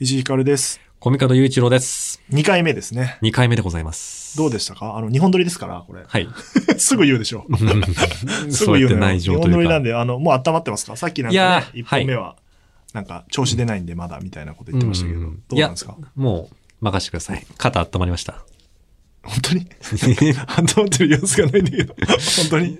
石井ひかるです。コミカド雄一郎です。 2回目ですね。 2回目でございます。どうでしたかあの、日本撮りですから、これ。はい。すぐ言うでしょ。 すそぐう言うのやってよ内情日と本撮いりうなんか。で、あの、もう温まってますかさっきなんいやかね、ー1本目は、なんか、調子出ないんで、まだ、みたいなこと言ってましたけど、うんうどんうなんですかいやもう、任せてください。肩温まりました。本当に 温まってる様子がないんだけど、本当に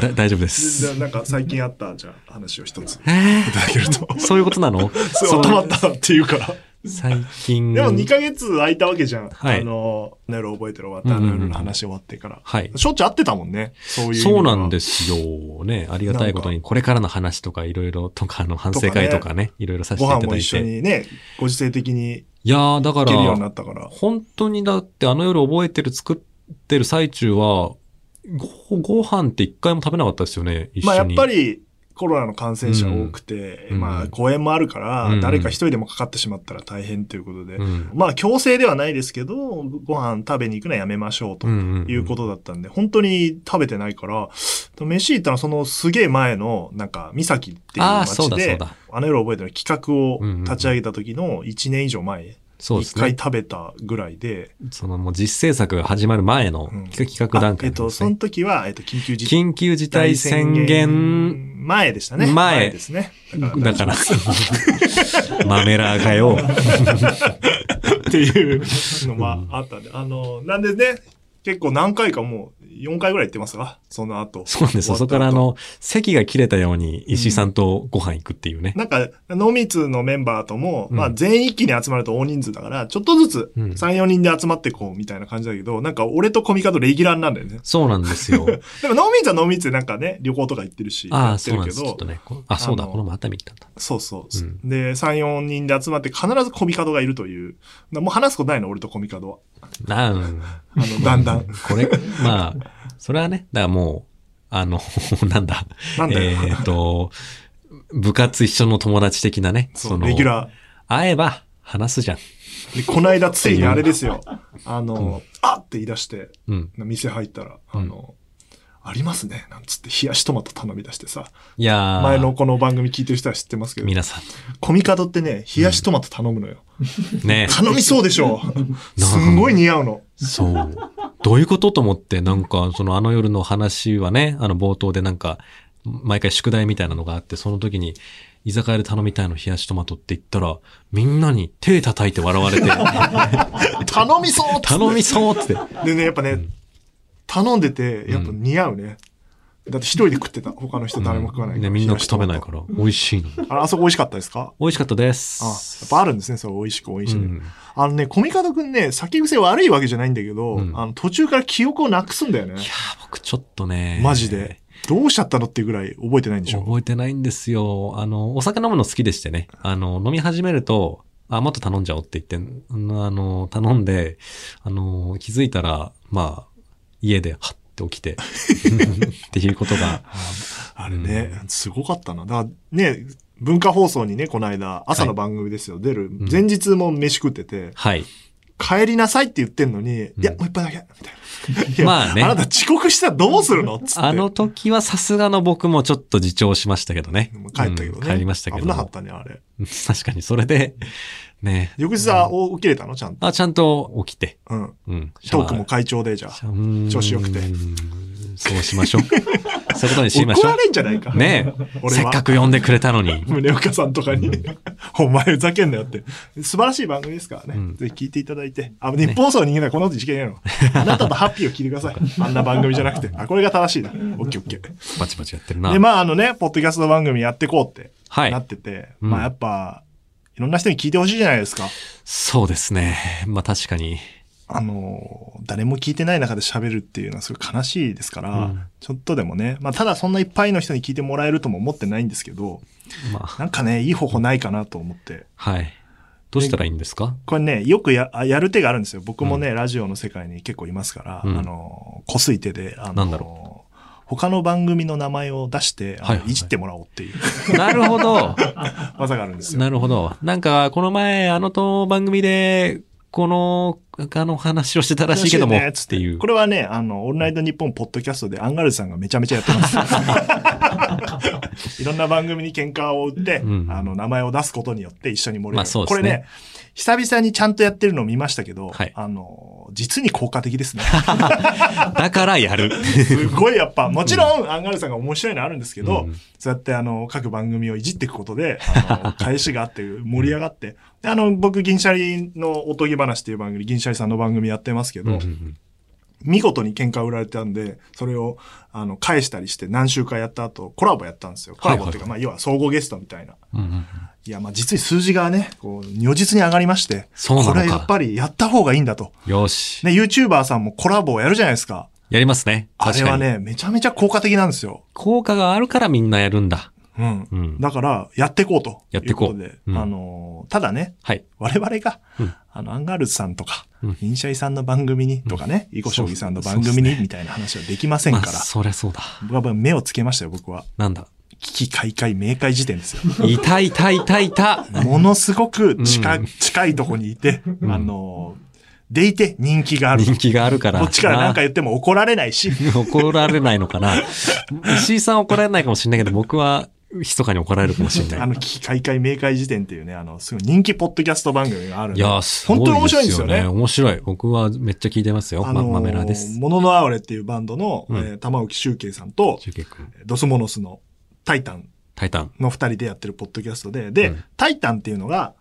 だ大丈夫 じでゃすあ、。なんか、最近あった、じゃあ、話を一ついえーただけると。そういうことなのそう、う温まったっていうか。最近。でも2ヶ月空いたわけじゃん。はいあの、なる覚えてる終わった、うんうんうんなるの話終わってから。はい。しょっちゅう会ってたもんね。そういう。。そうなんですすよ。ね、ありがたいことなんに、これからの話とかいろいろとか、あの、反省会とかね、いろいろさせてごいた飯もだい一緒て。にね、ご時世的にいやー、だ行かけるようになら、ったから。本当にだってあの夜覚えてる作ってる最中は、ご、ご飯って一回も食べなかったですよね、一緒に。まあやっぱりコロナの感染者多くて、うんまうあん公演もあるから、うん誰か一人でもかかってしまったら大変ということで、うん、。まあ強制ではないですけど、ご飯食べに行くのはやめましょうということとだったんで、本当に食べてないから、飯行ったらそのすげえ前の、なんか、三崎っていうああ、そう街だそうで、だ。あの夜覚えてる企画を立ち上げた時の1年以上前、そうで一す回ね。食べたぐらいで、そのもう実制作が始まる前のうん企画企画段あえ階っなんと、ですそねの時は、えっと、緊急事態緊急事態宣言前でしたね。前ですね。だ から、マメラーかよ。っていうのもあったんで、あの、なんでね、結構何回かもう4回ぐらい行ってますが、その後。そうなんです。終わそった後こからあの、席が切れたように石井さんとご飯行くっていうね。なんか、濃密のメンバーとも、うんまあ全一気に集まると大人数だから、ちょっとずつうん3、4人で集まってこうみたいな感じだけど、なんか俺とコミカドレギュラーなんだよね。そうなんで すよ。でも濃密は濃密でなんかね、旅行とか行ってるし、あやっあ、てそうるなんけです。ちょっどと、ね。こあ、そうだ。あのこの前熱海行ったんだ。そうそう、うんで、3、4人で集まって必ずコミカドがいるという。もう話すことないの、俺とコミカドは。なん。あの、だんだん。これ、 まあ、それはね、だからもう、あの、 なんだ。なんだよ。えーっと、部活一緒の友達的なね。そう、のレギュラ会えば話すじゃん。ー。で、こないだついにあれですよ。あの、あって言い出して、うん。店入ったら、うんあの、ありますね。なんつって、冷やしトマト頼み出してさ。いやー前のこの番組聞いてる人は知ってますけど、皆さコミカドってね、冷やしトマト頼むのよ。ん、ね頼みそうでし ょすんごい似合うの。そう。どういうことと思って、なんか、そのあの夜の話はね、あの冒頭でなんか、毎回宿題みたいなのがあって、その時に、居酒屋で頼みたいの冷やしトマトって言ったら、みんなに手叩いて笑われ て、頼みそうっつっ頼みそうって。てでね、やっぱね、頼んでて、やっぱ似合うね。だって一人で食ってた。他の人誰も食わないから。ね、みんな食べないからら、美味しいの。ああそこ美味しかったですか 美味しかったであ、やす。っぱあるんですね、そう、美味しく美味しいね、うんあのね、コミカドくんね、酒癖悪いわけじゃないんだけど、うんあの途中から記憶をなくすんだよねい。やー、僕ちょっとね。マジで。。どうしちゃったのっていうぐらい覚えてないんでしょ覚えてないんですよ。あの、お酒飲むの好きでしてね。あの、飲み始めると、あ、もっと頼んじゃおうって言って、うんあの、頼んで、あの、気づいたら、まあ、家で、はって起 きて、っていうことが、あれね、すごかったな。だからね、文化放送にね、この間、朝の番組ですよ、出る。前日も飯食ってて、はい。帰りなさいって言ってんのに、いや、もう一杯だけ、みたいな。いやまあねあなた遅刻したらどうするのつって。あの時はさすがの僕もちょっと自重しましたけどね。帰ったけどね、うん帰りましたけど。危なかったね、あれ。確かに、それで、ね。翌日はお起きれたのちゃんと。あ、ちゃんと起きて、うん。うん。シャトワークも会長で、じゃあ。うーん調子良くて。そうし ましょう。そういうことにしまし怒ょられんじゃないか。う。ねえ。俺はせっかく呼んでくれたのに。宗岡さんとかに、お前ふざけんなよって。素晴らしい番組ですからね。うんぜひ聞いていただいて。あ、日本放送に逃げない、この後事件やの。あなたとハッピーを聞いて ください。あんな番組じゃなくて。あ、これが正しいな。オッケーオッケー。バチバチやってるなで、。まああのね、ポッドキャスト番組やってこうって、はいなってて、うんまあやっぱ、いろんな人に聞いてほしいじゃないですか。そうですね。まあ確かに。あの、誰も聞いてない中で喋るっていうのはすごい悲しいですから、うんちょっとでもね、まあただそんないっぱいの人に聞いてもらえるとも思ってないんですけど、まあ、なんかね、いい方法ないかなと思って。はい。どうしたらいいんですかこれね、よくややる手があるんですよ。僕もね、ラジオの世界に結構いますから、うんあの、こすい手で、あの、なんだ他の番組の名前を出して、あのはいはいはいいじってもらおうっ ていうなる ほど。技があるんですよ。なるほど。なんか、この前、あのと番組で、この、あの話をしてたらしいけども、ねっていうこ。れはね、あの、オールナイトニッポンポッドキャストでアンガールズさんがめちゃめちゃやって ます。いろんな番組に喧嘩を売って、うんあの、名前を出すことによって一緒に盛り上がる。まあそうでこすねれね、久々にちゃんとやってるのを見ましたけど、はいあの、実に効果的ですね。だから やる。すごいやっぱ、もちろん、アンガールズさんが面白いのあるんですけど、うんそうやってあの、各番組をいじっていくことで、あの、返しがあって盛り上がって、であの、僕、銀シャリのおとぎ話っていう番組、銀シャリさんの番組やってますけど、うんうん見事に喧嘩売られたんで、それを、あの、返したりして何週かやった後、コラボやったんですよ。コラボっていうか、はいまあ、要は総合ゲストみたいな。うんうんうんいや、まあ、実に数字がね、こう、如実に上がりまして、そうなのこかれやっぱりやった方がいいんだと。よし。ね、YouTuber さんもコラボをやるじゃないですか。やりますね。あれ確かはに。ね、めちゃめちゃ効果的なんですよ。効果があるからみんなやるんだ。うん。うん。だから、やっていこうと。やってこうとで、うんあのー、ただね、はい。我々が、うんあの、アンガールズさんとか、うんインシャイさんの番組にとかね、囲碁将棋さんの番そう組っにすねみたいな話はできませんまあ、から。そりゃそうだ。僕は目をつけましたよ、僕は。なんだ。危機開会明快時点ですよ。痛い痛い痛い痛い。ものすごく近,、うん近いとこにいて、あのー、でいて人気がある。人気があるから。こっちから何か言っても怒られないし、怒られないのかな。石井さん怒られないかもしれないけど、僕は密かに怒られるかもしれなあい。の、危機開会明快時点っていうね、あの、すごい人気ポッドキャスト番組があるんいでやー、すごい本です当よ、ね。に面白いんですよね。面白い。僕はめっちゃ聞いてますよ。あまのーマメラです。モノノアオレっていうバンドの、うんえー玉置周慶さんと、中継君。ドスモノスのタイタンタイタン。の二人でやってるポッドキャストで、で、うんタイタンっていうのが、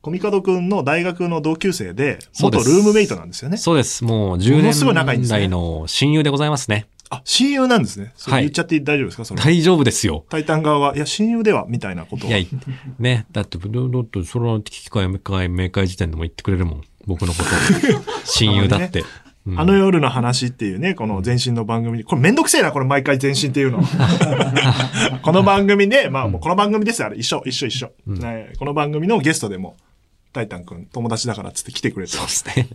コミカドくんの大学の同級生で、そう元ですルームメイトなんですよね。そうです。もうも10のすごい仲いいんで年すね来の親友でございますね。あ、親友なんですね。それはい言っちゃって大丈夫ですかその、大丈夫ですよ。タイタン側は、いや、親友では、みたいなことを。いや、いね。だって、どどどその機会、明快、明快時点でも言ってくれるもん。僕 のこと。親友だって。うんあの夜の話っていうね、この前身の番組に、これめんどくせえな、これ毎回前身っていう の。この番組で、まあもうこの番組ですよ、あれ、一緒、一緒、一緒、んねこの番組のゲストでも、タイタン君、友達だからっつって来てくれてそう。ですね。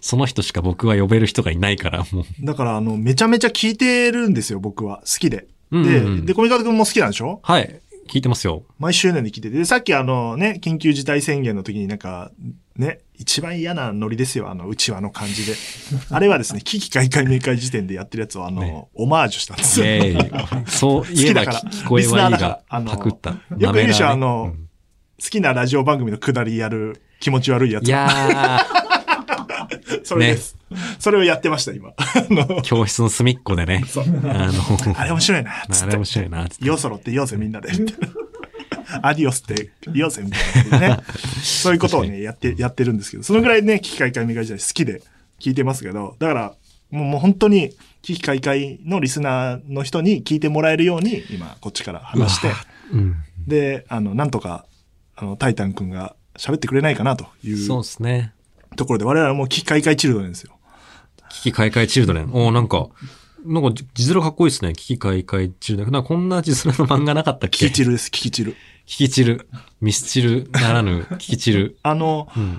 その人しか僕は呼べる人がいないから、もう。だから、あの、めちゃめちゃ聞いてるんですよ、僕は。好きで。うんうんうんで、で、コミカド君も好きなんでしょはい。聞いてますよ。毎週のように聞いてて。で、さっきあのね、緊急事態宣言の時になんか、ね、一番嫌なノリですよ、あの、うちわの感じで。あれはですね、危機開会明快時点でやってるやつをあの、ねオマージュしたんですイよ。ェーイそう言えば好きだから聞聞こえはいいリスナーだからが、あのパクった。よよく言うでしょ、あの、好きなラジオ番組のくだりやる気持ち悪いやつ。いやそれです、それをやってました、 今。あのー、教室の隅っこでね。そうあの、あれ面白いな、つあっれて面。白いな、つってよそろって言おうぜ、みん なで。みたいなアディオスって言おうぜ、みたいな、ね。そういうことを確ね、やって、やってるんですけど、そのぐらいね、危機開会磨い時代好きで聞いてますけど、だから、もうもう本当に、危機開会のリスナーの人に聞いてもらえるように、今、こっちから話して、うん。で、あの、なんとか、あの、タイタン君が喋ってくれないかなといそううですね。ところで、我々はもう危機開会チルドレンですよ。危機開会チルドレン。おーなんか、なんか、字面かっこいいですね。危機開会チルドレン。なんかこんな字面の漫画なかったっけ危機チルです、危機チル。危機チル。ミスチルならぬ、危機チル。あの、うん。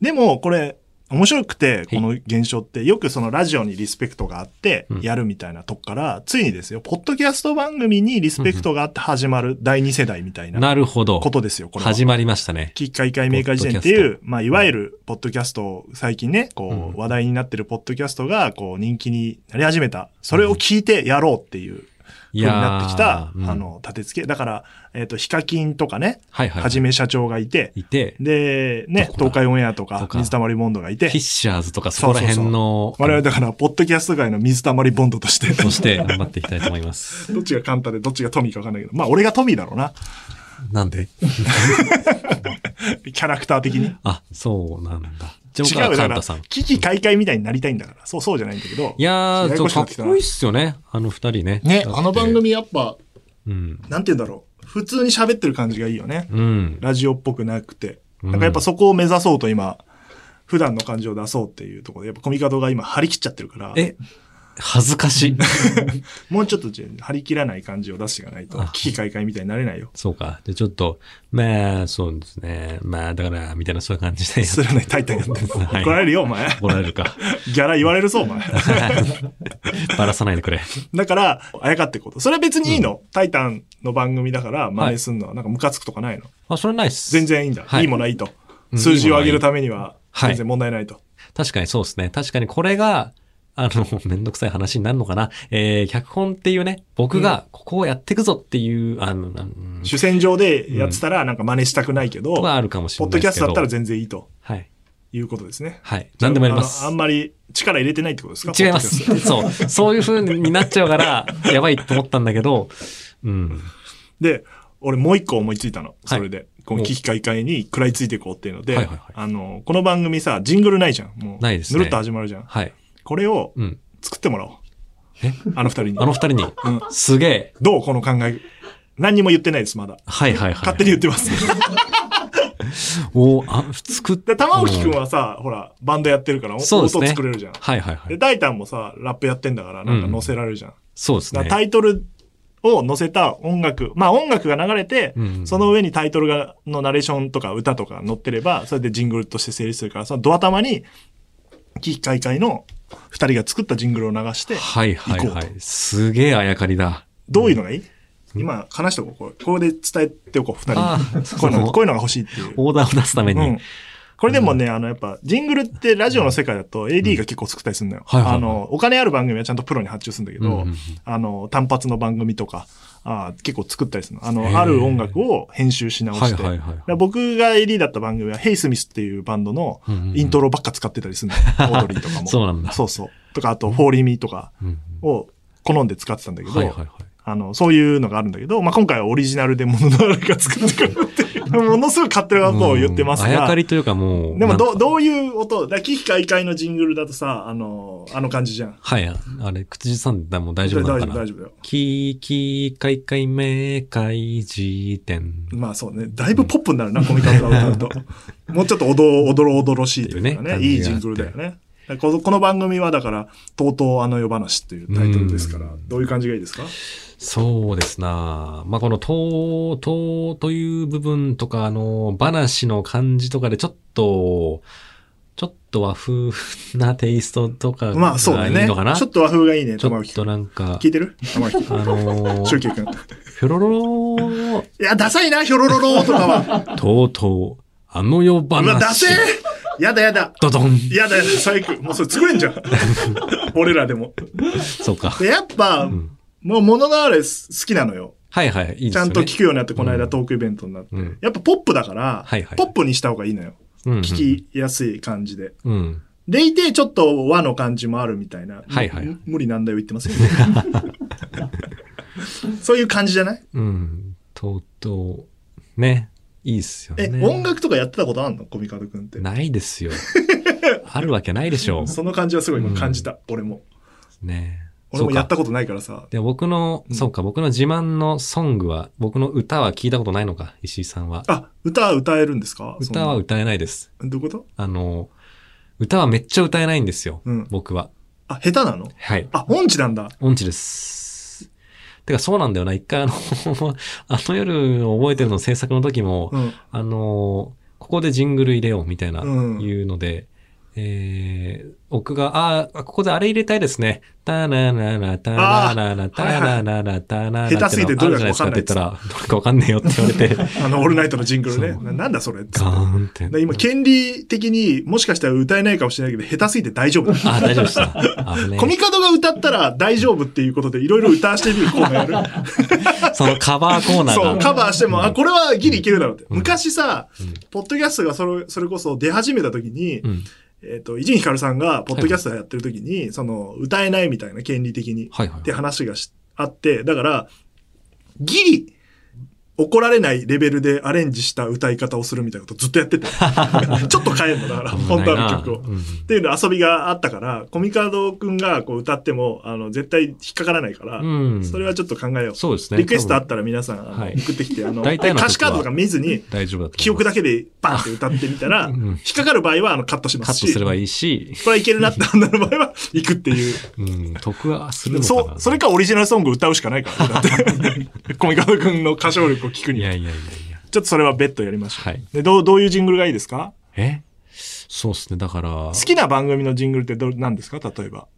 でも、これ、面白くて、この現象って、よくそのラジオにリスペクトがあってうん、やるみたいなとこから、ついにですよ、ポッドキャスト番組にリスペクトがあって始まる第二世代みたいななるほどこ。とですよ、これは。始まりましたね。きっかい解明会時点っていポッう、まあ、いわゆる、ポッドキャストを最近ね、こうんう、話題になってるポッドキャストが、こう、人気になり始めた。それを聞いてやろうっていう、いふうにやーなってきた、うんあの、立て付け。だから、えっ、と、ヒカキンとかね、はいはい。はじめ社長がいて、いて、で、ね、どこだ東海オンエアととか、か水溜りボンドがいてフィ、ッシャーズとかそこら辺の、我々だから、ポッドキャスト界の水溜りボンドとして、として頑張っていきたいと思います。どっちがカンタでどっちがトミーかわかんないけど、まあ俺がトミーだろ うな。なんでキャラクター的に。あ、そうなんだ。じゃあ違僕うはよ、カだかンタらさん。、危機開会みたいになりたいんだから。そう、そうじゃないんだけど。いややー、やちょこっしくなとってきたかっなこいいっすよね。あの二人ね。ね、だってあの番。組やっぱ、うん。なんて言うんだろう。普通に喋ってる感じがいいよね。うん。ラジオっぽくなくて。うんなんかやっぱそこを目指そうと今、普段の感じを出そうっていうところで、やっぱコミカドが今張り切っちゃってるから、え、恥ずかしい。もうちょっとじゃあ張り切らない感じを出していかないとあ、危機開会みたいになれないよ。そうか。で、ちょっと、まあ、そうですね。まあ、だから、みたいな、そういう感じで。すらないタイタンやってる。 はい怒られるよ、お前。怒られる か。ギャラ言われるぞ、お 前。ばらさないでくれ。だから、あやかっていこうと。それは別にいいの。タイタンの番組だから、真似すんのは、なんかムカつくとかないの。あ、それないっす。全。然いいんだ。、はいいいものはいいと。うん数字を上げるためには、はい全然問題ないと。確かにそうですね。確かにこれが、あの、めんどくさい話になるのかな。えー、脚本っていうね、僕がここをやっていくぞっていう、あの、うん主戦場でやってたら、なんか真似したくないけど、はあるかもしポッれなドいキでャすけスど。トだったら全然いいと。いうことですね。はい。何でもやりますあの。あんまり力入れてないってことですか違います。 そう。そういう風になっちゃうから、やばいと思ったんだけど、うん。で、俺もう一個思いついたの。それで。このお危機開会に食らいついていこうっていうので、はいはいはいあの、この番組さ、ジングルないじゃん。もう。ないですねぬるっと始まるじゃん。はい。これをうん。作ってもらおう。えあの二人に。あの二人に、うんすげえ。どうこの考え。何にも言ってないです、まだ。はいはいはい。勝手に言ってます。おーあ、作っで、玉置くんはさ、ほら、バンドやってるから、そうですね音作れるじゃん。はいはいはで、い。大胆もさ、ラップやってんだから、なんか載せられるじゃん。そうですだからね。タイトルを載せた音楽、まあ音楽が流れて、うんその上にタイトルが、のナレーションとか歌とか載ってれば、それでジングルとして成立するから、そのドア玉に、危機開会の二人が作ったジングルを流して、はいはいは行こい。すげえあやかりだ。どういうのがいい、今、話しておこうこれ。ここで伝えておこう、二あ人に。ーこういうのそが、うこういうのが欲しいっていう。オーダーを出すために。うん。これでもね、あの、やっぱ、ジングルってラジオの世界だと AD が結構作ったりするのよ。はいはいはいあの、お金ある番組はちゃんとプロに発注するんだけど、うんうんうんあの、単発の番組とか、あー結構作ったりするの。あへーの、ある音楽を編集し直はいして。はいはだいから僕が AD だった番組は、ヘイスミスっていうバンドのうんうんうんイントロばっか使ってたり するの。オードリーとかも。そうなんだそうそう。とか、あと、フォーリーミーとかうんを好んで使ってたんだうけんど、はいはいはい。あの、そういうのがあるんだけど、まあ、今回はオリジナルでもののあるが作ってくれるって いう、ものすごい勝手なことを言ってますが。うんあやかりというかもう。でもなんかど、どういう音、だ危機開会のジングルだとさ、あの、あの感じじゃん。はい、あれ、口ずさんでも大丈夫な大のか丈夫、な大丈夫だよ。キーキーカイカイメーカイ辞典まあそうね。だいぶポップになるな、この歌を歌 うと。もうちょっとおど、おどろおどろしいというかね、っていうね感じがあっていいジングルだよね。だからこのこの番組はだから、とうとうあの夜話っていうタイトルですから、うんどういう感じがいいですかそうですなまあ、この、とう、とうという部分とか、あの、話の感じとかで、ちょっと、ちょっと和風なテイストとかまあそうがだいね。いちのかな、ょっと和風がいいね、ち玉ょっ置くとん。なんか聞、いてる玉置く あん。 の周ー、くん。いひょろろろや、ダサいな、ひょろろろとかは。とうとう、 あの世うわ、ダセ話、ーやだやだ。ドドン。やだやだ、最悪。もうそれ作れん じゃん。俺らでも。そうか。で、やっぱ、んもう物のあれ好きなのよ。はいはい、いいですよね。ちゃんと聞くようになって、このう間んトークイベントになって。うんやっぱポップだから、はいはいポップにした方がいいのよ。うん聞きやすい感じで。うん。うん。でいて、ちょっと和の感じもあるみたいな。はいはいむ無理なんだよ言ってますよ。 そういう感じじゃないうん。とうとう、ね。いいっすよえ、ね。音楽とかやってたことあんのコミカドくんって。ないです よ。あるわけないでしょその感じはすごい今感じた。俺も。う。ね俺もやっそうかたことないからさ。で、僕の、うんそうか、僕の自慢のソングは、僕の歌は聞いたことないのか、石井さんは。あ、歌は歌えるんですか歌はそ歌えないです。のどういうことあの、歌はめっちゃ歌えないんですよ。うん僕は。あ、下手なのはい。あ、音痴なんだ。音痴です。てか、そうなんだよな。一回、あの、 あの夜を覚えてるの制作の時も、うん。あのーここでジングル入れようみたいな、うんいうので、えー、僕が、あーあ、ここであれ入れたいですね。タナナナ、タナナナ、タナナナ、タナナナ。下手すぎてどれだかわかんないってのあるじゃないですかって言ったら、どれかわかんねえよって言われ て、あ の、オールナイトのジングルね。そうななんだそれっつガってーンって。で今、権利的にもしかしたら歌えないかもしれないけど、下手すぎて大丈 夫だ。あー、大丈夫でした。危ねコミカドが歌ったら大丈夫っていうことでいろいろ歌わしてみるコーナー やる。え。そのカバーコーナーが。そう、カバーしても、あ、これはギリいけるだろうって。ん昔さうん、ポッドキャストがそれそれこそ出始めた時にう、ん。えっと、伊集院光さんがポッドキャストやってる時に、その、歌えないみたいな、権利的に。はいはってい。話がしあって、だから、ギリ、怒られないレベルでアレンジした歌い方をするみたいなことずっとやってて。 ちょっと変えんの、だから、本当の曲を。うんっていうの遊びがあったから、コミカドくんがこう歌っても、あの、絶対引っかからないから、うん。それはちょっと考えよう。そうですね。リクエストあ多ったら皆さん、あのはい送ってきて、あの、大体の曲は歌詞カードとか見ずに、分大丈夫だと思います。記憶だだけでバンって歌ってみたら、うん引っかかる場合はあのカットしまカすットし、すればいいし、これはいけるなって判断の場合は、行くっていう。うん、得はするのかな。そう、それかオリジナルソング歌うしかないからね、だ って。コミカド君の歌唱力を聞くいには。やちいやいやいや。ょっとそれは別途やりましょう。はい。で、どう、どういうジングルがいいですかえそうっすね。だから、好好きな番組のジングルってど、何ですか例えば。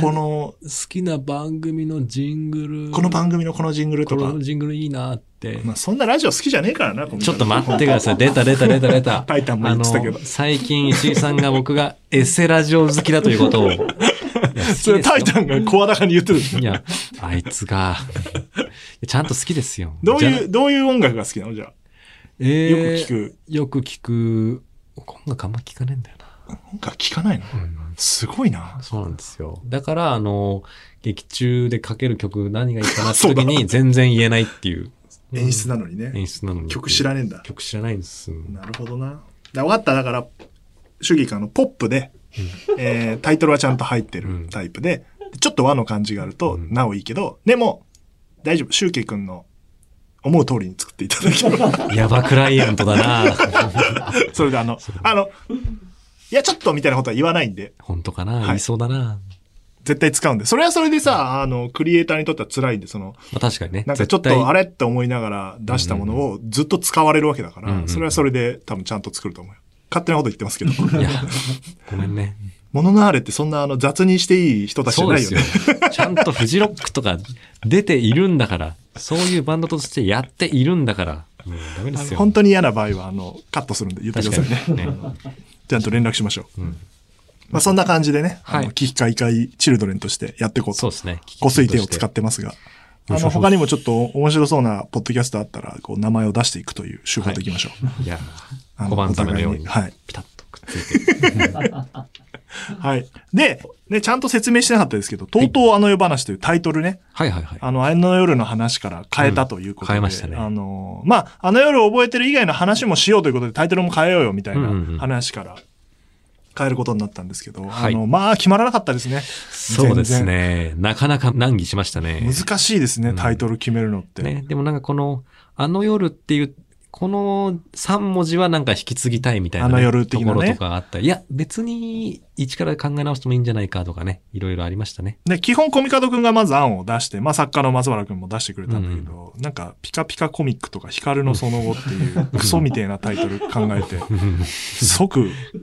この、好きな番組のジングル。この番組のこのジングルことかの。ジングルいいなって。まあ、そんなラジオ好きじゃねえからな、ちょっと待っってください。出た出た出た出た。 タイタンも言ってたけどあの最近石井さんが僕がエセラジオ好きだということを。いやそれタインタンが声高に言ってる。いや、あいつが。いやちゃんと好きですよ。どう じゃないう、どういう音楽が好きなのじゃあ。よえーく聞く。よく聞く、音楽あんま聞かねえんだよ音楽聞かないのな。すごいな。そうなんですよ。だから、あの、劇中でかける曲何がいいかなって そうだ時に全然言えないっていう。演出ななのにね。演出なのに。曲知らねえんだ。曲知らないんです。なるほどな。だ分かった。だから、主義かのポップで、えータイトルはちゃんと入ってるタイプで、ちょっと和の感じがあると、うんなおいいけど、でも、大丈夫。シュウケイ君の思う通りに作っていただけれ ば。やばクライアントだ なそれであの、あの、いや、ちょっとみたいなことは言わないんで、本当かな、い言いそうだな絶対使うんで。それはそれでさ、あの、クリエイターにとっては辛いんで、その、まあ確かにね。なんかちょっ絶対とあれって思いながら出したものをずっと使われるわけだかうんうんら、それはそれで多分ちゃんと作ると思うよ。勝手なこと言ってますけど。いや、ごめんね。モノナーレってそんなあの雑にしていい人たちじゃそうなでいよすねよ。。ちゃんとフジロックとか出ているんだから、そういうバンドとしてやっているんだから、もうダメであのすよ。本当に嫌な場合はあのカットするんで言ってく確だかさいにね。ね。ちゃんと連絡しましょう。うんまあそんな感じでね、あはの、い危機開会チルドレンとしてやっていこうそとう。ですね。ご推定を使ってますが。あの、他にもちょっと面白そうなポッドキャストあったら、こう、名前を出していくという手法でいきましょう。いや、あ小判様のようお互いに、はい。ピタッとくっついて。はい。で、ね、ちゃんと説明してなかったですけど、とうとうあの世話というタイトルね、はいはいはい。あの、あの夜の話から変えたということで、うん変えましたねあの、まあ、あの夜を覚えてる以外の話もしようということでタイトルも変えようよみたいなうんうんうん話から変えることになったんですけど、はいあの、まあ、決まらなかったですね。そうですね。なかなか難儀しましたね。難しいですね、んタイトル決めるのって。ね。でもなんかこの、あの夜っていう、この3文字はなんか引き継ぎたいみたいなね、あの夜的なねところとかあったり。いや、別に一から考え直してもいいんじゃないかとかね、いろいろありましたね。 で、基本コミカドくんがまず案を出して、まあ、作家の松原くんも出してくれたんだけど、なんか、ピカピカコミックとか、光のその後っていう、クソみてえなタイトル考えて、即、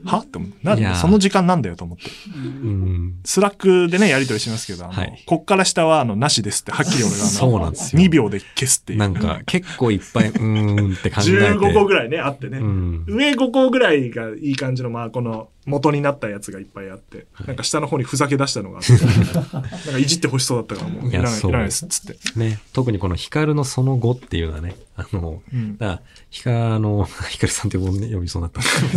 はって思って、ないやーその時間なんだよと思って。うん。スラックでね、やり取りしますけど、あの、はいこっから下は、あの、なしですって、はっきり俺が、あの、そうなんですよ2秒で消すっていう。なんか結構いっ ぱい、うーんって考えて。 15個ぐらいね、あってね。うん。上5個ぐらいがいい感じの、まあ、この元になったやつがいっぱいあって、なんか下の方にふざけ出したのが あって、なんかいじってほしそうだったからもう、いいやらない、いそうらないです、つって。ね。特にこの光のその後っていうのはね、あの、うんだから、ひか、あの、 ひかるさんって呼ぶね呼びそう になっ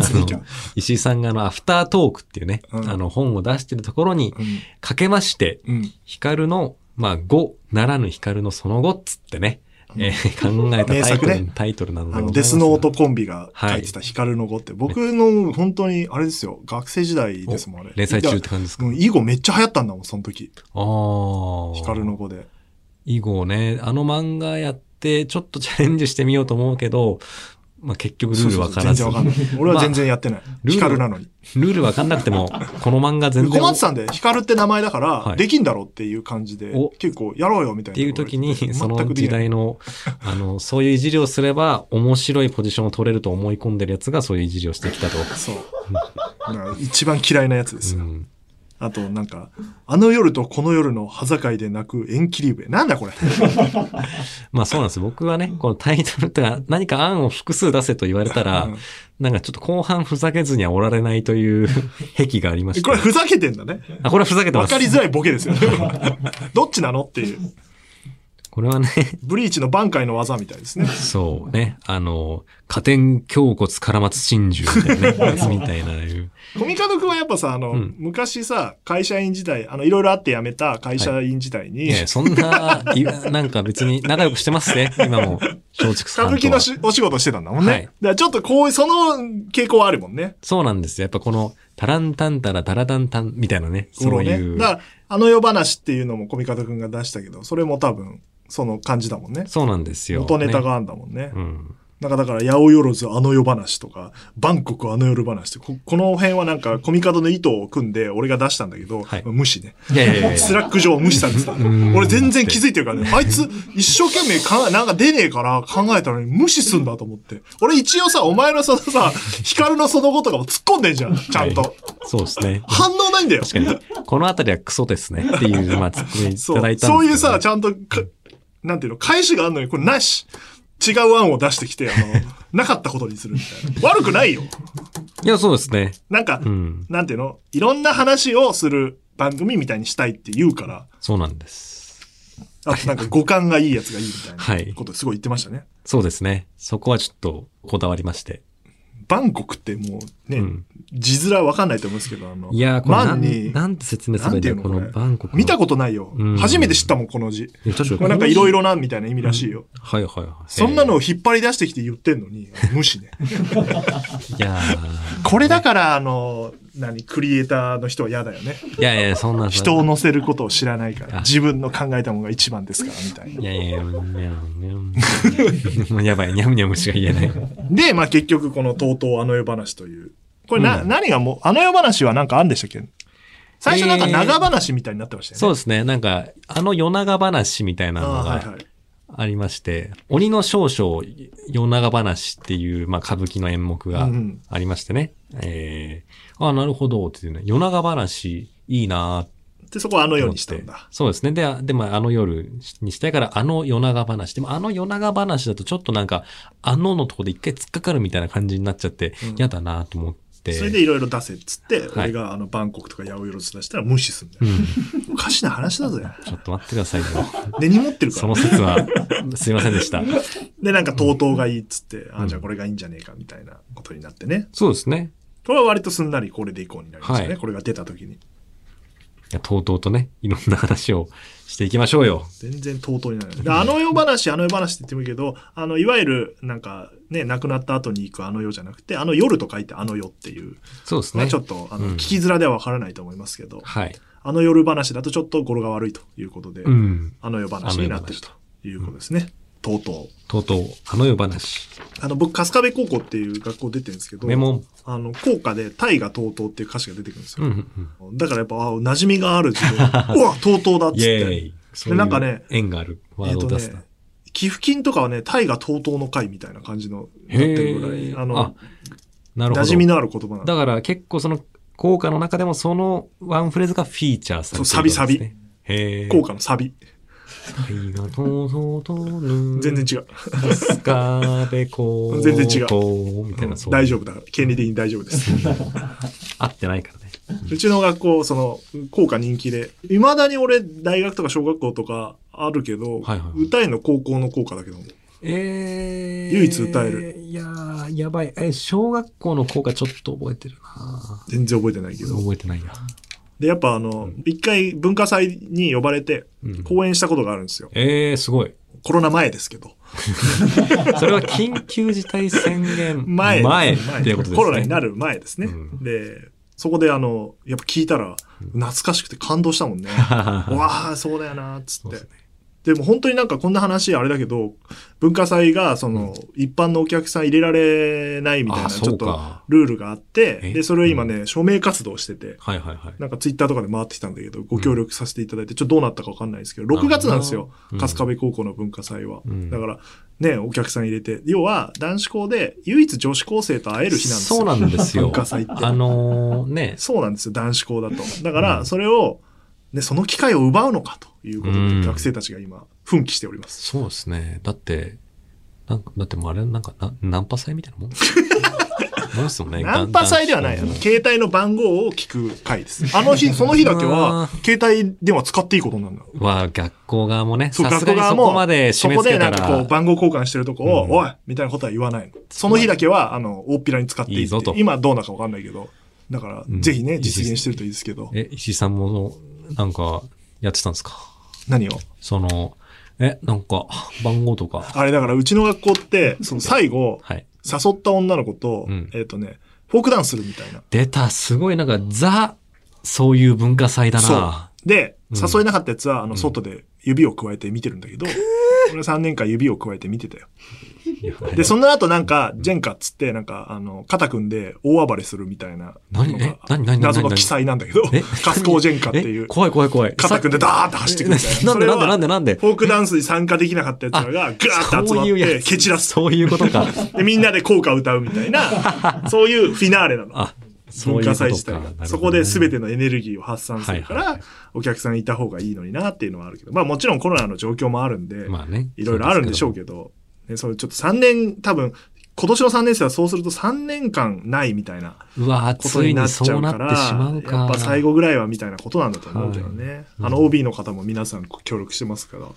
た。にいいかあの石井さんがあの、アフタートークっていうね、うんあの、本を出してるところに、うかけまして、ん。うん。ヒカルの、まあ、後ならぬヒカルのその後っつってね、えー考えた名タイ作トねル、タイトルなのであございの、ますデスノートコンビが書いてた光の語って、僕の本当に、あれですよ、学生時代ですもん、あれ。連載中っいて感じですかや。うん、囲碁めっちゃ流行ったんだもん、その時。ああ。光の語で。以後ね、あの漫画やって、ちょっとチャレンジしてみようと思うけど、まあ、結局ルールわからず。そうそう全然わかんない。俺は全然やってない。ルール光なのに。ルールわかんなくても、この漫画全小然。松さんで光って名前だから、はいできんだろうっていう感じでお、結構やろうよみたいな。っていう時に、そ全のくで時きない代 の、あの、そういういじりをすれば、面白いポジションを取れると思い込んでるやつが、そういういじりをしてきたと。そう。なんか一番嫌いなやつですうよ。ん。あと、なんか、あの夜とこの夜の羽境で泣く縁切り笛。なんだこれ。まあそうなんです。僕はね、このタイトルとか、何か案を複数出せと言われたら、うんなんかちょっと後半ふざけずにはおられないという 癖がありまして。これふざけてんだね。あ、これはふざけてわます。かりづらいボケですよね。 どっちなのっていう。これはね、ブリーチの挽回の技みたいですね。そうね、あの、加点胸骨からまつ真珠みたいな ね、やつみたいないう。コミカド君はやっぱさ、あの、うん昔さ、会社員時代、あの、いろいろあって辞めた会社員時代いに、や、そんな、いなんか別に仲良くしてますね、今も。松竹歌さんとは舞伎のしお仕事してたんだもんね。はいだからちょっとこう、その傾向はあるもんね。そうなんですよ。やっぱこの、タランタンタラタラタンタンみたいなね、そう頃ねいう。だから、あの世話っていうのもコミカド君が出したけど、それも多分、その感じだもんね。そうなんですよ。元ネタね。があんだもんね。うん。なんかだから、八百万あの世話とか、バンコクあの夜話とか、ここの辺はなんかコミカドの意図を組んで、俺が出したんだけど、はい無視ね。いやいやいやいや。スラック上無視されてた。ん俺全然気づいてるからね。あいつ一生懸命か、なんか出ねえから考えたのに無視すんだと思って。俺一応さ、お前のそのさ、光のその後とかも突っ込んでんじゃん。ちゃんはとい。そうですね。反応ないんだよ。確かに。このあたりはクソですね。っていう、まあ、ツッコミいそただう。いたんそですけどういうさ、、ちゃんとか、なんていうの、返しがあるのに、これなし。違う案を出してきて、あの、 なかったことにするみたいな。悪くないよ。いや、そうですね。なんか、うん。なんていうの、いろんな話をする番組みたいにしたいって言うから、そうなんです。あとなんか五感がいいやつがいいみたいはないことすごい言ってましたね。そうですね。そこはちょっとこだわりまして。バンコクってもうね、うん字面わかんないと思うんですけど、あの、いやー、これな万ん、に、なんて説明すればいいんだよ、なこんていうののバンコクの。見たことないようん。初めて知ったもん、この字。いや確かにこれなんかいろいろな、みたいな意味らしいよ。はいはいはい。そんなのを引っ張り出してきて言ってんのに、無視ね。いやーこれだから、あの、何、クリエイターの人は嫌だよ ね。いやいや、そんな。人そをんな乗せることを知らないかあら、自分の考えたものが一番ですから、みたいいな。やいや、にゃむにゃ むもうやばい、にゃむにゃむしか言えない。で、まあ結局、この TOTO あの世話という。これな、うん何がもう、あの世話はなんかあんでしたっけ最初なんか長話みたいになってましたよね。そうですね、なんか、あの夜長話みたいなのああはいがはい。ありまして、鬼の少々夜長話っていう、まあ、歌舞伎の演目がうんうんありましてね。えー、あ、なるほど、っていうね、夜長話いいなーって。で、そこはあの世思っにてしたんだ。そうですね。で、あでもあの夜にしたいから、あの夜長話。でもあの夜長話だとちょっとなんか、あののとこで一回突っかかるみたいな感じになっちゃって、うん嫌だなと思って。それでいろいろ出せっつって、い俺があのバンコクとか八百万出したら無視すんだよう。ん、おかしな話だ ぜ。ちょっと待ってくださいよ。根に持ってるかそらのね。説は、すいませんでした。で、なんか TOTO がいいっつって、うあ、んじゃあこれがいいんじゃねえかみたいなことになってね。そうですね。これは割とすんなりこれでいこうになりましたね。はいこれが出た時に。いやとうとうとね、いろんな話をしていきましょうよ。全然 TOTO にならない。で、あの世話、あの世話って言ってもいいけど、あの、いわゆるなんかね、亡くなった後に行くあの世じゃなくて、あの夜と書いてあの世っていう。そうですまあね。ちょっと、あの、うん聞きづらではわからないと思いますけど、はい。あの夜話だとちょっと語呂が悪いということで、うん。あの世話になってるということですね。とうとう。とうとう、あの夜話。あの、僕、春日部高校っていう学校出てるんですけど、メモ。あの、校歌で、タイがとうとうっていう歌詞が出てくるんですうんうよ。んうん。だからやっぱ、あ馴染みがある 自分。うわ、とうとうだっつっイて。ェーイ。そういうなんかね縁があるワえーっドとを出すなね。、寄付金とかはね、タイがとうとうの会みたいな感じの、なってるぐらへい、ーあの、なるほど。馴染みのある言葉なんでだから結構その効果の中でもそのワンフレーズがフィーチャーされてるんです、ね。そうサビサビ。へえ。効果のサビ。はいがとうとうとうぬ全然違う。スカベコ ー全然違うう。みたいな、そう。大丈夫だから。権利的に大丈夫です。 合ってないからね。うちの学校、その、校歌人気で、未だに俺、大学とか小学校とかあるけど、はいはいはい歌えんの高校の校歌だけども。え唯一歌える。いやー、やばい。え、小学校の効果ちょっと覚えてるな全然覚えてないけど。覚えてないな。で、やっぱあの、一回文化祭に呼ばれてうん、講演したことがあるんですよ。えー、すごい。コロナ前ですけど。それは緊急事態宣言前です前っていうことですね。コロナに なる前ですね。うんで、そこであの、やっぱ聞いたら、懐かしくて感動したもんね。わわあ、そうだよな、つそっうてです。でも本当になんかこんな話あれだけど、文化祭がその、一般のお客さん入れられないみたいあな、そうちかょっとルールがあって、えで、それを今ね、署名活動してて、はいはいはい。なんかツイッターとかで回ってきたんだけど、ご協力させていただいて、ちょっとどうなったかわかんないですけど、6月なんですよう。ん春日部高校の文化祭は。うんだから、ね、お客さん入れて、要は男子校で唯一女子高生と会える日なんですよ。そうなんですよ。文化祭って。あのーね、そうなんですよ、男子校だと。だかうんら、それを、ね、その機会を奪うのかということうんで、学生たちが今、奮起しております。そうですね。だって、なんか、だってもうあれ、なんか、なナンパ祭みたい なもんもんですもんね。ナンパ祭ではない。あだんのだん携帯の番号を聞く会です。あの日、その日だけは、携帯電話使っていいことになるんだ。は、学校側もね、そうさすがにそこまで締そめこ付でけなたんかこうら、番号交換してるとこを、うんおいみたいなことは言わないの。その日だけは、あの、大っぴらに使っていいいいってぞと今どうなのかわかんないけど。だから、うんぜひいね、いです実現してるといいですけど。え、石井さんも、なんか、やってたんですか何をその、え、なんか、番号とか。あれだから、うちの学校って、その最後、はい。誘った女の子と、うんえっ、とね、フォークダンスするみたいな。出た、すごい、なんか、ザ、そういう文化祭だな。で、うん誘えなかったやつは、あうの、ん外で指をくわえて見てるんだけど、俺3年間指をくわえて見てたよ。いやで、その後なんか、ジェンカっつって、なんか、あの、肩組んで大暴れするみたいなのが。何え何何何謎の何記載なんだけどえ、カスコージェンカっていうえ、怖い怖い怖い。肩組んでダーって走ってくるみたいな。 なんでなんでなんででなんでフォークダンスに参加できなかったやつらが、ガーって集まそういうっやて、つ蹴散らす。そういうこ とか。で、みんなで効果を歌うみたい な、そういうフィナーレなの。あ、そう文いうこ化とか。祭自体なるほどが。ねそこで全てのエネルギーを発散するかはいはいら、お客さんいた方がいいのになっていうのはあるけど、まあもちろんコロナの状況もあるんで、まあね。いろいろあるんでしょうど。けど、ね、それちょっと3年、多分、今年の3年生はそうすると3年間ないみたいなうわぁ、ことつにいなっにちゃそううなかってしまら、うか。やっぱ最後ぐらいはみたいなことなんだと思うけどね。うんあの OB の方も皆さん協力してますから、うんうん。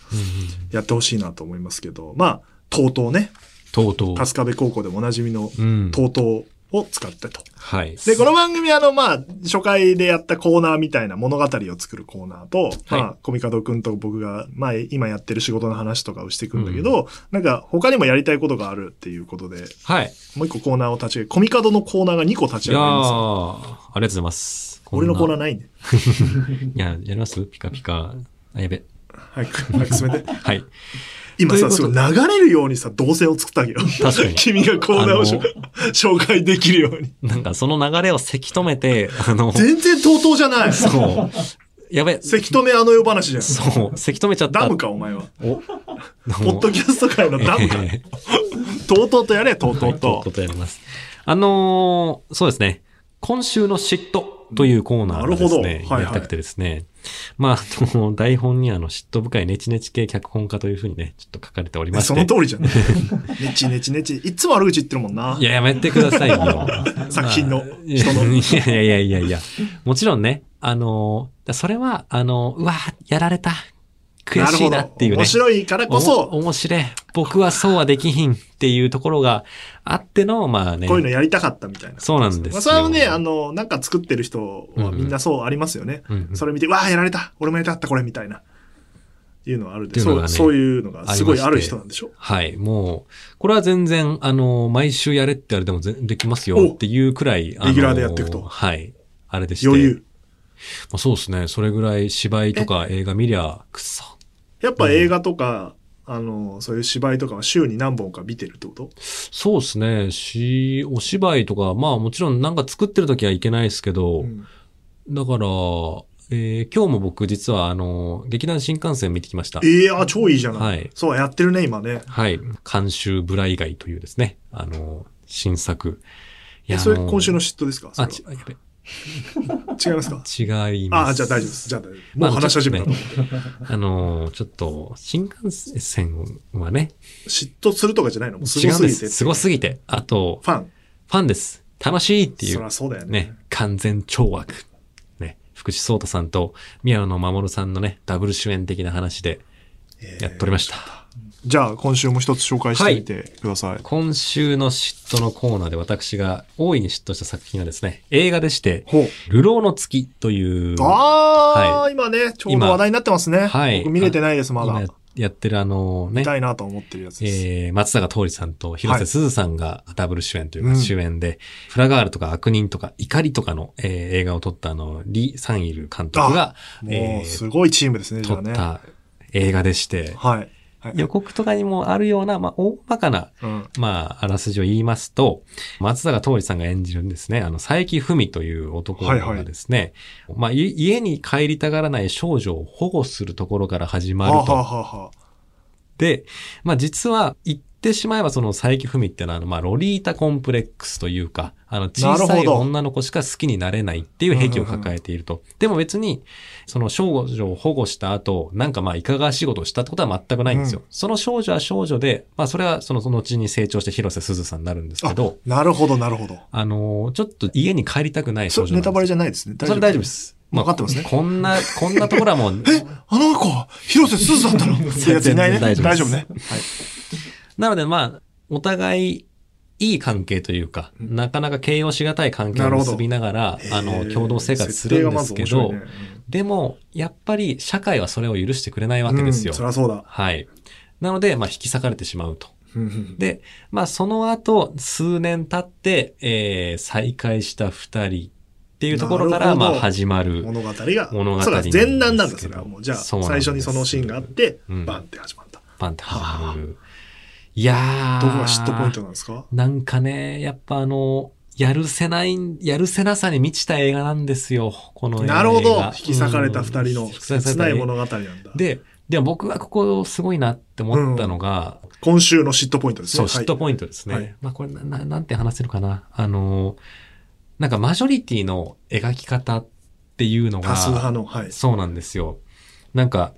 やってほしいなと思いますけど、まあ、とうとうね、とうとう。春日部高校でもおなじみのうん。とうとうを使ってと。はい。で、この番組あの、まあ、初回でやったコーナーみたいな物語を作るコーナーと、はいまあ、コミカドくんと僕が、まあ、今やってる仕事の話とかをしていくんだけど、なんか他にもやりたいことがあるっていうことで、はい。もう一個コーナーを立ち上げ、コミカドのコーナーが2個立ちい上やー、がります。ありがとうございます。俺のコーナーーないね。いや、やりますピカピカ。あ、やべ。早く、早く進めて。はい。今さ、とすいうごこい流れるようにさ、動線を作ったわけよ。確かに君がコーナーをしょあ紹介できるように。なんかその流れをせき止めて、あの、全然とうとうじゃない。そ。う。やべ。せき止めあの世話じゃん。そう。せき止めちゃった。ダムか、お前は。お。ポッドキャスト界のダムか。とうとうとやれ、とうとうとと。ことやります。あのーそうですね。今週の嫉妬というコーナーがですなるねほ、どはいはいやりたくてですね。まあ、あの、台本にあの、嫉妬深いネチネチ系脚本家というふうにね、ちょっと書かれておりまして。その通 りじゃん。ねちねちねち。いつも悪口言ってるもんな。。いや、やめてくださいよ 作品のまあ人の いやいやいやいや。もちろんね、あのー、それは、あのー、うわ、やられた。悔なるしいほなどっていうね。面白いからこおそ、面白い。僕はそうはできひんっていうところがあっての、まあね。こういうのやりたかったみたいな。そうなんですよまあそれはね、あの、なんか作ってる人はみんなそうありますよね。うんうんそれ見て、わあ、やられた。俺もやりたかった、これ、みたいな。いうのはあるんっで、ていうのそがうねそういうのがすごいあありまるして人なんでしょはい。もう、これは全然、あの、毎週やれってあれでも全できますよっていうくらい、あのレギュラーでやっていくとはい。あれでして。余裕。まあ、そうですね。それぐらい芝居とか映画見りゃ、くっそ。やっぱ映画とか、あの、そういう芝居とかは週に何本か見てるってことそうですね。し、お芝居とか、まあもちろんなんか作ってる時はいけないですけど、うんだから、えー今日も僕実はあの、劇団新幹線見てきました。ええあ、超いいじゃない。はいそう、やってるね、今ね。はい。監修ブラ以外というですね、あの、新作。いえそれあの今週の嫉妬ですかそあ、れち、あやべ。は違いますか違います。ああ、じゃあ大丈夫です。じゃあ大丈夫です。もう話し始めたと思って。あのーちょっと、新幹線はね、嫉妬するとかじゃないのもうす違ごうんすでぎて。す。すごすぎて。あと、ファン。っファンです。楽しいっていそうりゃ。そうだよね。ね、完全懲悪。ね、福士蒼太さんと宮野真守さんのね、ダブル主演的な話でえーやっておりました。じゃあ今週も一つ紹介してみてください。今週の嫉妬のコーナーで私が大いに嫉妬した作品はですね、映画でして、ほう。流浪の月という、ああ、は今ね、ちょうど話題になってますね。はい僕見れてないです、まだ今。やってるあのね見、たいなと思ってるやつです。えー、松坂桃李さんと広瀬すずさんがダブル主演といううかん主演で、フラガールとか悪人とか怒りとかの、えー映画を撮ったあの、リ・サンイル監督が、もえう、ーすごいチームですね、じ撮ゃあっね。た映画でして、はい。はい予告とかにもあるような、まあ、大まかな、うん。まあ、あらすじを言いますと、松坂桃李さんが演じるんですね、あの、佐伯文という男はいはいがですね、まあ、い家に帰りたがらない少女を保護するところから始まるはあはと。あはあはあで、まあ、実は、言ってしまえばその佐伯文ってのは、あのまあ、ロリータコンプレックスというか、あの、小なさるほいど女の子しか好きになれないっていう癖を抱えていると。でも別に、その少女を保護した後、なんかまあ、いかがわしいことをしたってことは全くないんですよ。うその少女は少女で、まあ、それはその、その後に成長して広瀬すずさんになるんですけど、なるほど、なるほど。あのーちょっと家に帰りたくないそ少れネ女なんですタバレじゃないですね。それ大丈夫で。す。わかってますねこんな、こんなところは もう、あの子、広瀬すずだったのってやついないね。 全然大大丈丈夫です夫ね。はい。なのでまあ、お互い、いい関係というか、なかなか形容しがたい関係を結びながら、あえの、ー共同生活するんですけ設定がまど、ず面白いねでも、やっぱり社会はそれを許してくれないわけですよ。うんそりゃそうだ。はい。なので、まあ、引き裂かれてしまうと。うんで、まあ、その後、数年経って、えー再会した二人っていうところなから、るほまどあ、始まる。物語が、物語それは前段なんだ、それなはんですけどもう。じゃあ、そう最なんです初にそのシーンがあって、うんバンって始まった。バンって始まはある。いやー。どこが嫉妬ポイントなんですかなんかね、やっぱあの、やるせない、やるせなさに満ちた映画なんですよ。この映画。なるほど。引き裂かれた二人うんの引き裂かれた切ない物語なんだ。で、でも僕はここすごいなって思ったのが、今週の嫉妬ポイントですそう、ね。嫉妬ポイントですね。はいまあこれなな、なんて話せるかな。あの、なんかマジョリティの描き方っていうのはいが、多数派の、はい。そうなんですよ。なんか、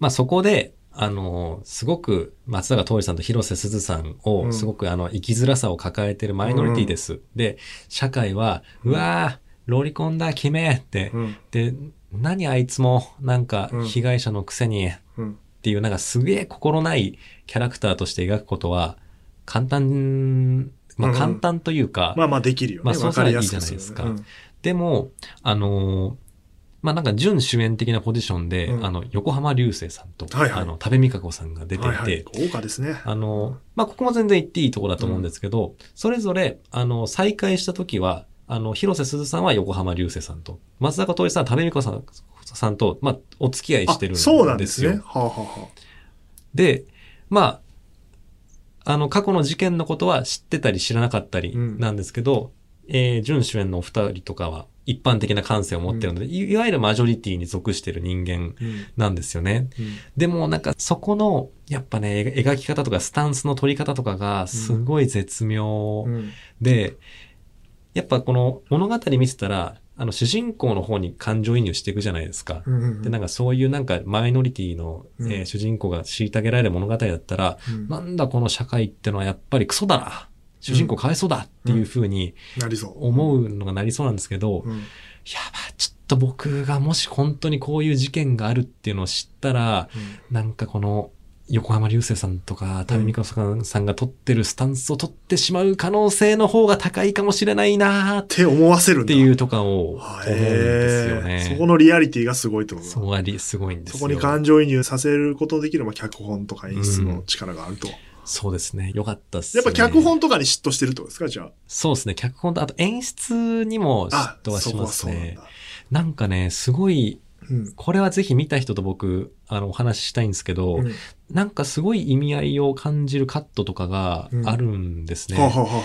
まあそこで、あの、すごく松坂桃李さんと広瀬すずさんうを、んすごくあの、生きづらさを抱えてるマイノリティです。で、社会は、うわー、ロリコンだ、決めって、うん。で、何あいつも、なんかうん、被害者のくせに、っうん。ていう、なんかすげえ心ないキャラクターとして描くことは、簡単まあうん簡単というか、まあまあできるよまあね。そうわしたからりいいやすじゃくないするでねすかうんでも、あのーまあなんか準主演的なポジションで、うんあの、横浜流星さんと、はいはいあの、多部未華子さんが出ていて、はいはい。豪華ですね。あの、まあ、ここも全然言っていいところだと思うんですけど、それぞれ、あの、再会した時は、あの、広瀬すずさんは横浜流星さんと、松坂桃李さんは多部未華子さんさんと、まあ、お付き合いしてるんですよ。そうなんですね。はあ、はあはで、まあ、あの、過去の事件のことは知ってたり知らなかったりうんなんですけど、えー、準主演のお二人とかは一般的な感性を持ってるので、いいわゆるマジョリティに属してる人間あ。うんなんですよね。でもなんかそこの、やっぱね、えが描き方とかスタンスの取り方とかがすごい絶妙うんうんで、やっぱこの物語見てたら、あの主人公の方に感情移入していくじゃないですか。うんうんで、なんかそういうなんかマイノリティの、えーうん主人公が虐げられる物語だったら、うんなんだこの社会ってのはやっぱりクソだな主人公かわいそうだっていう風になりそう。思うのがなりそうなんですけど、いうんやばい、ちょっと僕がもし本当にこういう事件があるっていうのを知ったら、なんかこの、横浜流星さんとか、田辺美香さんさんが取ってるスタンスを取ってしまう可能性の方が高いかもしれないなーっって思わせるんだていうとかを思うんはですよへねー。そこのリアリティがすごいってことだそうあり、すごいんですそよ。こに感情移入させることできれば脚本とか演出の力があると。そうですね。よかったっす、やね。っぱ脚本とかに嫉妬してるってことですかじゃあ。そうですね。脚本と、あと演出にも嫉妬はしますね。あなんかね、すごそこはそうなんい、だ。これはぜひ見た人と僕、あの、お話ししたいんですけど、うん。うんなんかすごい意味合いを感じるカットとかがあるんですね。はあはあはあは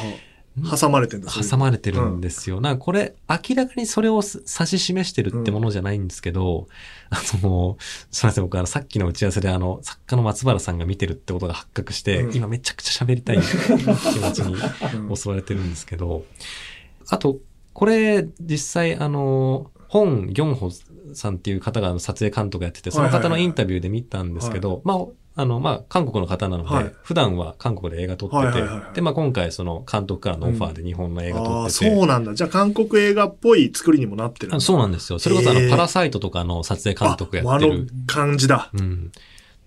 あ挟まれてんだ。そういう挟まれてるんですよ。なんかこれ、明らかにそれをす指し示してるってものじゃないんですけど、あの、すみません、僕、あの、さっきの打ち合わせで、あの、作家の松原さんが見てるってことが発覚して、うん今めちゃくちゃ喋りたい気持ちにうん襲われてるんですけど、あと、これ、実際、あの、本ンホさんっていう方があの撮影監督やってて、そのはいは方いのはいインタビューで見たんですけど、まあ、あの、まあ、韓国の方なので、はい普段は韓国で映画撮ってて、はいはいはいはいで、まあ、今回、その監督からのオファーで日本の映画あ撮あ、ってて、そうなんだ。じゃあ韓国映画っぽい作りにもなってるんだあそうなんですよ。それこそあへの、ーパラサイトとかの撮影監督やってあのる。感じだ。うん。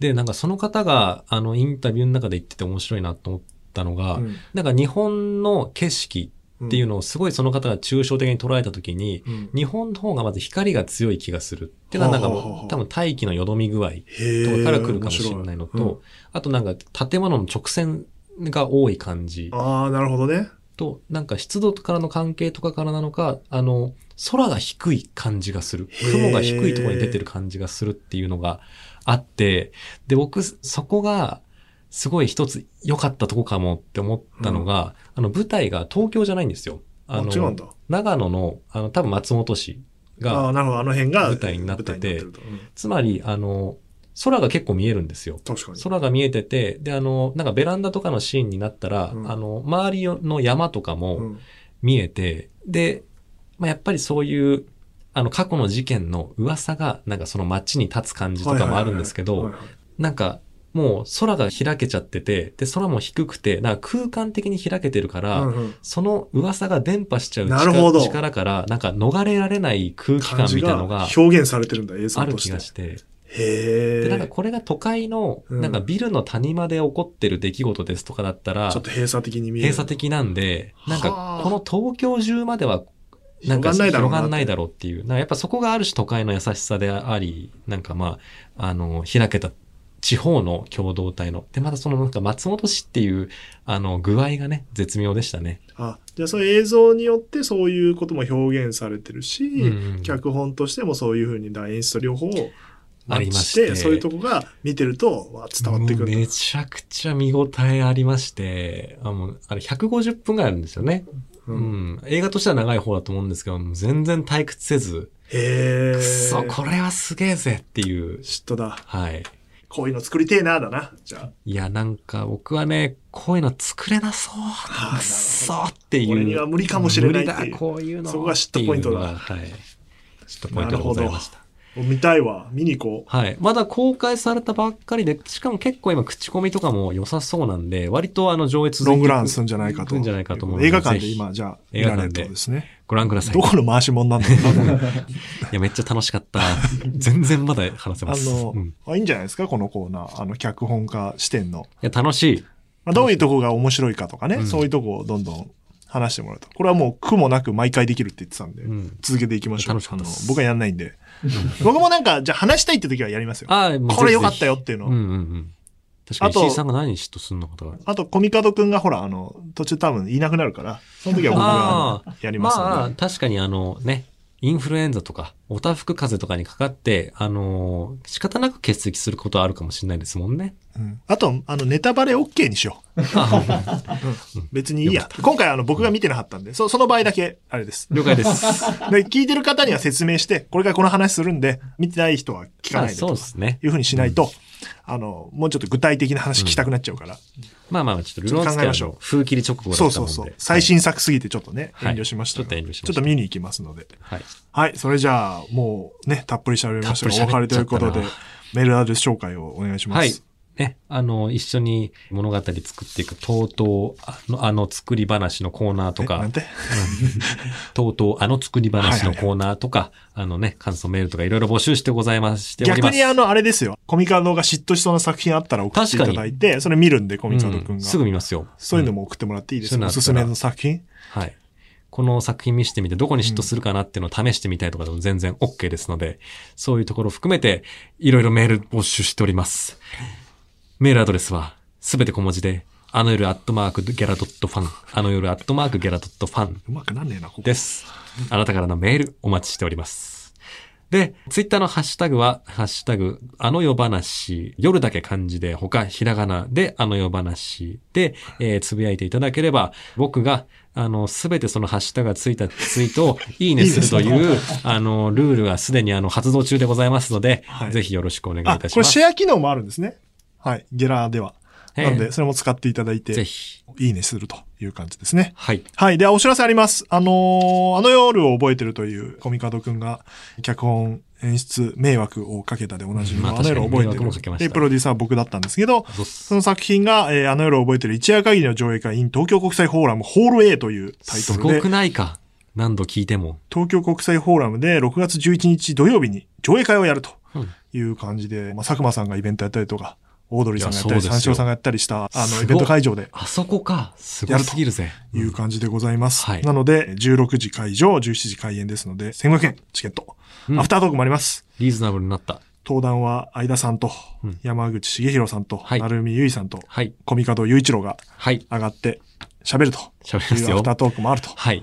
で、なんかその方が、あの、インタビューの中で言ってて面白いなと思ったのが、っなんか日本の景色っていうのをすごいその方が抽象的に捉えたときに、日本の方がまず光が強い気がするっていうのはなんかはあはあはもあう多分大気のよどみ具合と本かから来るかもしれないのと、あとなんか建物の直線が多い感じああ、なるほどね。と、なんか湿度からの関係とかからなのか、あの、空が低い感じがする。へー雲が低いところに出てる感じがするっていうのがあって、で、僕、そこが、すごい一つ良かったとこかもって思ったのが、あの、舞台が東京じゃないんですよ。ああの、違うんだ。長野の、あの、多分松本市あが、あ、なるほど。あの辺が舞台になってて舞台るとうんつまり、あの、空が結構見えるんですよ。確かに。空が見えてて、で、あの、なんかベランダとかのシーンになったら、うんあの、周りの山とかも、うん見えて、で、まあ、やっぱりそういう、あの、過去の事件の噂が、なんかその街に立つ感じとかもあるんですはけいど、はいはいなんか、もう空が開けちゃってて、で、空も低くて、なんか空間的に開けてるから、はいはいうんうんその噂が伝播しちゃうなるほ力ど力から、なんか逃れられない空気感感じみたいがのが表現されてるんだ、映あ像るとし気てが。して。へで、なんかえ。これが都会の、うんなんかビルの谷間で起こってる出来事ですとかだったらちょっ、と閉鎖的に見える。閉鎖的なんで、なんはかあこの東京中まではなん広がかんないだろうな広っがてんないだろうっていう。なんかやっぱそこがある種都会の優しさであり、なんかまあ、あの、開けた地方の共同体の。で、またそのなんか松本市っていう、あの、具合がね、絶妙でしたね。あ、じゃあそういう映像によってそういうことも表現されてるし、うん脚本としてもそういうふうにだ演出と両方マありッまチししてて。そういうとこが見てるとわ伝わってくもうるんめだ。ちゃくちゃ見応えありまして、あ、もう、あれ150分ぐらいあるんですよね。ううんん。映画としては長い方だと思うんですけど、もう全然退屈せず、へえ。くそ、これはすげえぜっていう、嫉妬だ。はい。こういうの作りてえな、だな。じゃいや、なんか僕はね、こういうの作れなそう。あ。くっそーっていう。俺には無理かもしれないっていう無理だこういうの。そこが嫉妬ポイントだっていうのがはい。嫉妬ポイントでございました。見たいわ。見に行こはい。まだ公開されたばっかりで、しかも結構今口コミとかも良さそうなんで、割とあの上映う。続いロていングくランするんじゃないかと。行くんじゃないかと思うので映画館ぜでひ今、じゃあ、映見画ら館れるっでてことですね。ご覧ください。どいこの回し者なんだろ うなや、めっちゃ楽しかった。 全然まだ話せあます。のうんい、あいいんじゃないですかこのコーナー。あの、脚本家視点の。や、楽しい。まあ、どういうとこが面白いかとかね、うんそういうとこをどんどん話してもらうと。これはもう苦もなく毎回できるって言ってたんで、うん続けていきましょう。楽しかったですあの僕はやんないんで。僕もなんか、じゃあ話したいって時はやりますよ。ああ、もうこれ良かったよ。よっていうのを。うんうんうん。確かあにと石井さんが何に嫉妬すんのかとか。あと、コミカドくんがほら、あの、途中多分いなくなるから、その時は僕があのやりますまのあ、で。確かにあのね、インフルエンザとか、おたふく風邪とかにかかって、あのー仕方なく欠席することはあるかもしれないですもんね。うんあと、あの、ネタバレ OK にしよう。うん別にいいや。今回、あの、僕が見てなかったんで、そその場合だけ、あれです。 了解です。で、聞いてる方には説明して、これからこの話するんで、見てない人は聞かまなあいでそうとですね。いうふうにしないと、あの、もうちょっと具体的な話聞きたくなっちゃうから。まあまあ、ちょっとルロンスちょっと考えカましょうの風切り直後だったそもんうで。そうそう。最新作すぎてちょっとね、はい遠慮しましたが、ちょっと遠慮しましたちょっと見に行きますので。はい。はい、それじゃあ、もうね、たっぷり喋りましたが、おたっ別ぷり喋れっとちいゃうったこなとで、メールアドレス紹介をお願いします。はい。ね、あの、一緒に物語作っていく、とうとう、あの、あの作り話のコーナーとえなかん、てとうとう、あの作り話のコーナーとか、あのね、感想メールとかいろいろ募集してございましておりま逆す。にあの、あれですよ。コミカドが嫉妬しそうな作品あったら送っていただいて、それ見るんで、コミカドくうんんが。すぐ見ますよ。そういうのも送ってもらっていいですうんか、おすすめの作品はい。この作品見してみて、どこに嫉妬するかなっていうのを試してみたいとかでも全然 OK ですので、そういうところを含めて、いろいろメール募集しております。メールアドレスは、すべて小文字で、あの夜アットマークギャラドットファン、あの夜アットマークギャラドットファンうまくなんねえな、ここ。です。あなたからのメールお待ちしております。で、ツイッターのハッシュタグは、ハッシュタグ、あの夜話、夜だけ漢字で、他ひらがなで、あの夜話で、えーつぶやいていただければ、僕が、あの、すべてそのハッシュタグがついたツイートを、いいねするといいいねう、あの、ルールがすでにあの、発動中でございますので、はいぜひよろしくお願いいあ、たしこまれす。シェア機能もあるんですね。はい。ゲラーでは。ええなんで、それも使っていただいぜて、ひ。いいねするという感じですね。はい。はい。では、お知らせあります。あのーあの夜を覚えてるという、コミカドくんが、脚本、演出、迷惑をかけたでおなじみの、まああの夜を覚確かに迷惑もかえてける。ましたで、プロデューサーは僕だったんですけど、そそうっすの作品が、えーあの夜を覚えてる一夜限りの上映会 in 東京国際フォーラムホール A というタイトすルごでく、ないか。何度聞いても。東京国際フォーラムで6月11日土曜日に上映会をやるとうんいう感じで、まあ、佐久間さんがイベントやったりとか、オードリーさんがやったり、いやそう三ですよ四郎さんがやったりした、あすの、ごいイベント会場で。あそこか。すごすぎるぜ。いう感じでございます。うんはいなので、16時会場、17時開演ですので、1500円、チケット。うんアフタートークもあります。リーズナブルになった。登壇は、相田さんとうん、山口茂弘さんと、はい成海ゆいさんと、はい。コミカド雄一郎がはい。上がって喋ると喋いりますうアフよタ。ートークもあると。はい。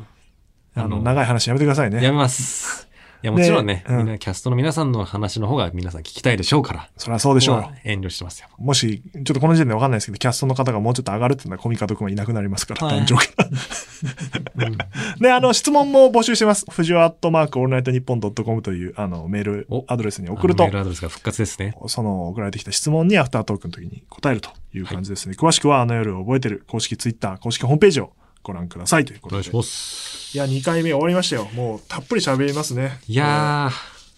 ああの、の長い話やめてくださいやめね。ます。いや、もちろんね、うんみんなキャストの皆さんの話の方が皆さん聞きたいでしょうから。そりゃそうでしょうここよは。遠慮してますよ。もし、ちょっとこの時点でわかんないですけど、キャストの方がもうちょっと上がるっていうのはコミカド君はいなくなりますから、はい誕生日が。 で、あの、質問も募集してます。藤尾アットマークオールナイトニッポンドットコムという、あの、メールおアドレスに送送るるとメー、ルアドレスが復活ですね。その送られてきた質問にアフタートークの時に答えるという感じですね。詳しくは、あの夜を覚えてる公式ツイッター、公式ホームページをご覧くださいというこおと願いで。しいます。や、2回目終わりましたよ。もう、たっぷり喋りますね。いや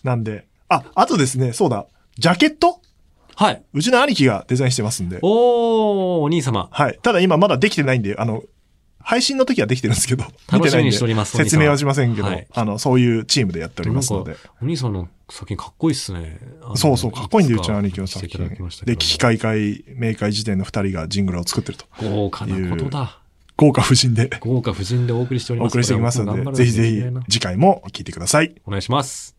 なんで。あ、あとですね、そうだ。ジャケットー。はい。うちの兄貴がデザインしてますんで。おー、お兄様。はい。ただ今まだできてないんで、あの、配信の時はできてるんですけど、 楽しみにしてお見てないりんま。です説明はしまませんけど、はいあの、そういうチームでやっておりますので。。お兄さんの作品かっこいいっすね。あのそうそう、かっこいいんで、うちの兄貴のいくつか作品見せていただきました。けで、ど危機開会、明快時点の二人がジングルを作ってると。豪華なことだ。豪華夫人で豪華夫人でお送りしておりおます。送りしていきますこれはのもで、ぜうひぜ頑張ひらなきゃいけないな次回も聞いてください。お願いします。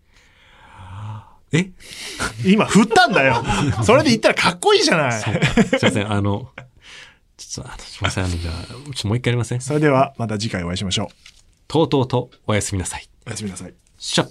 え今振ったんだ よそれで言ったらかっこいいじゃなそういかすいません、あの、ちょっと、あのすいません、あの、じゃあ、ちょっともう一回やりません。それではまた次回お会いしましょとうとうとおやすみなさい。う。おやすみなさい。しょっ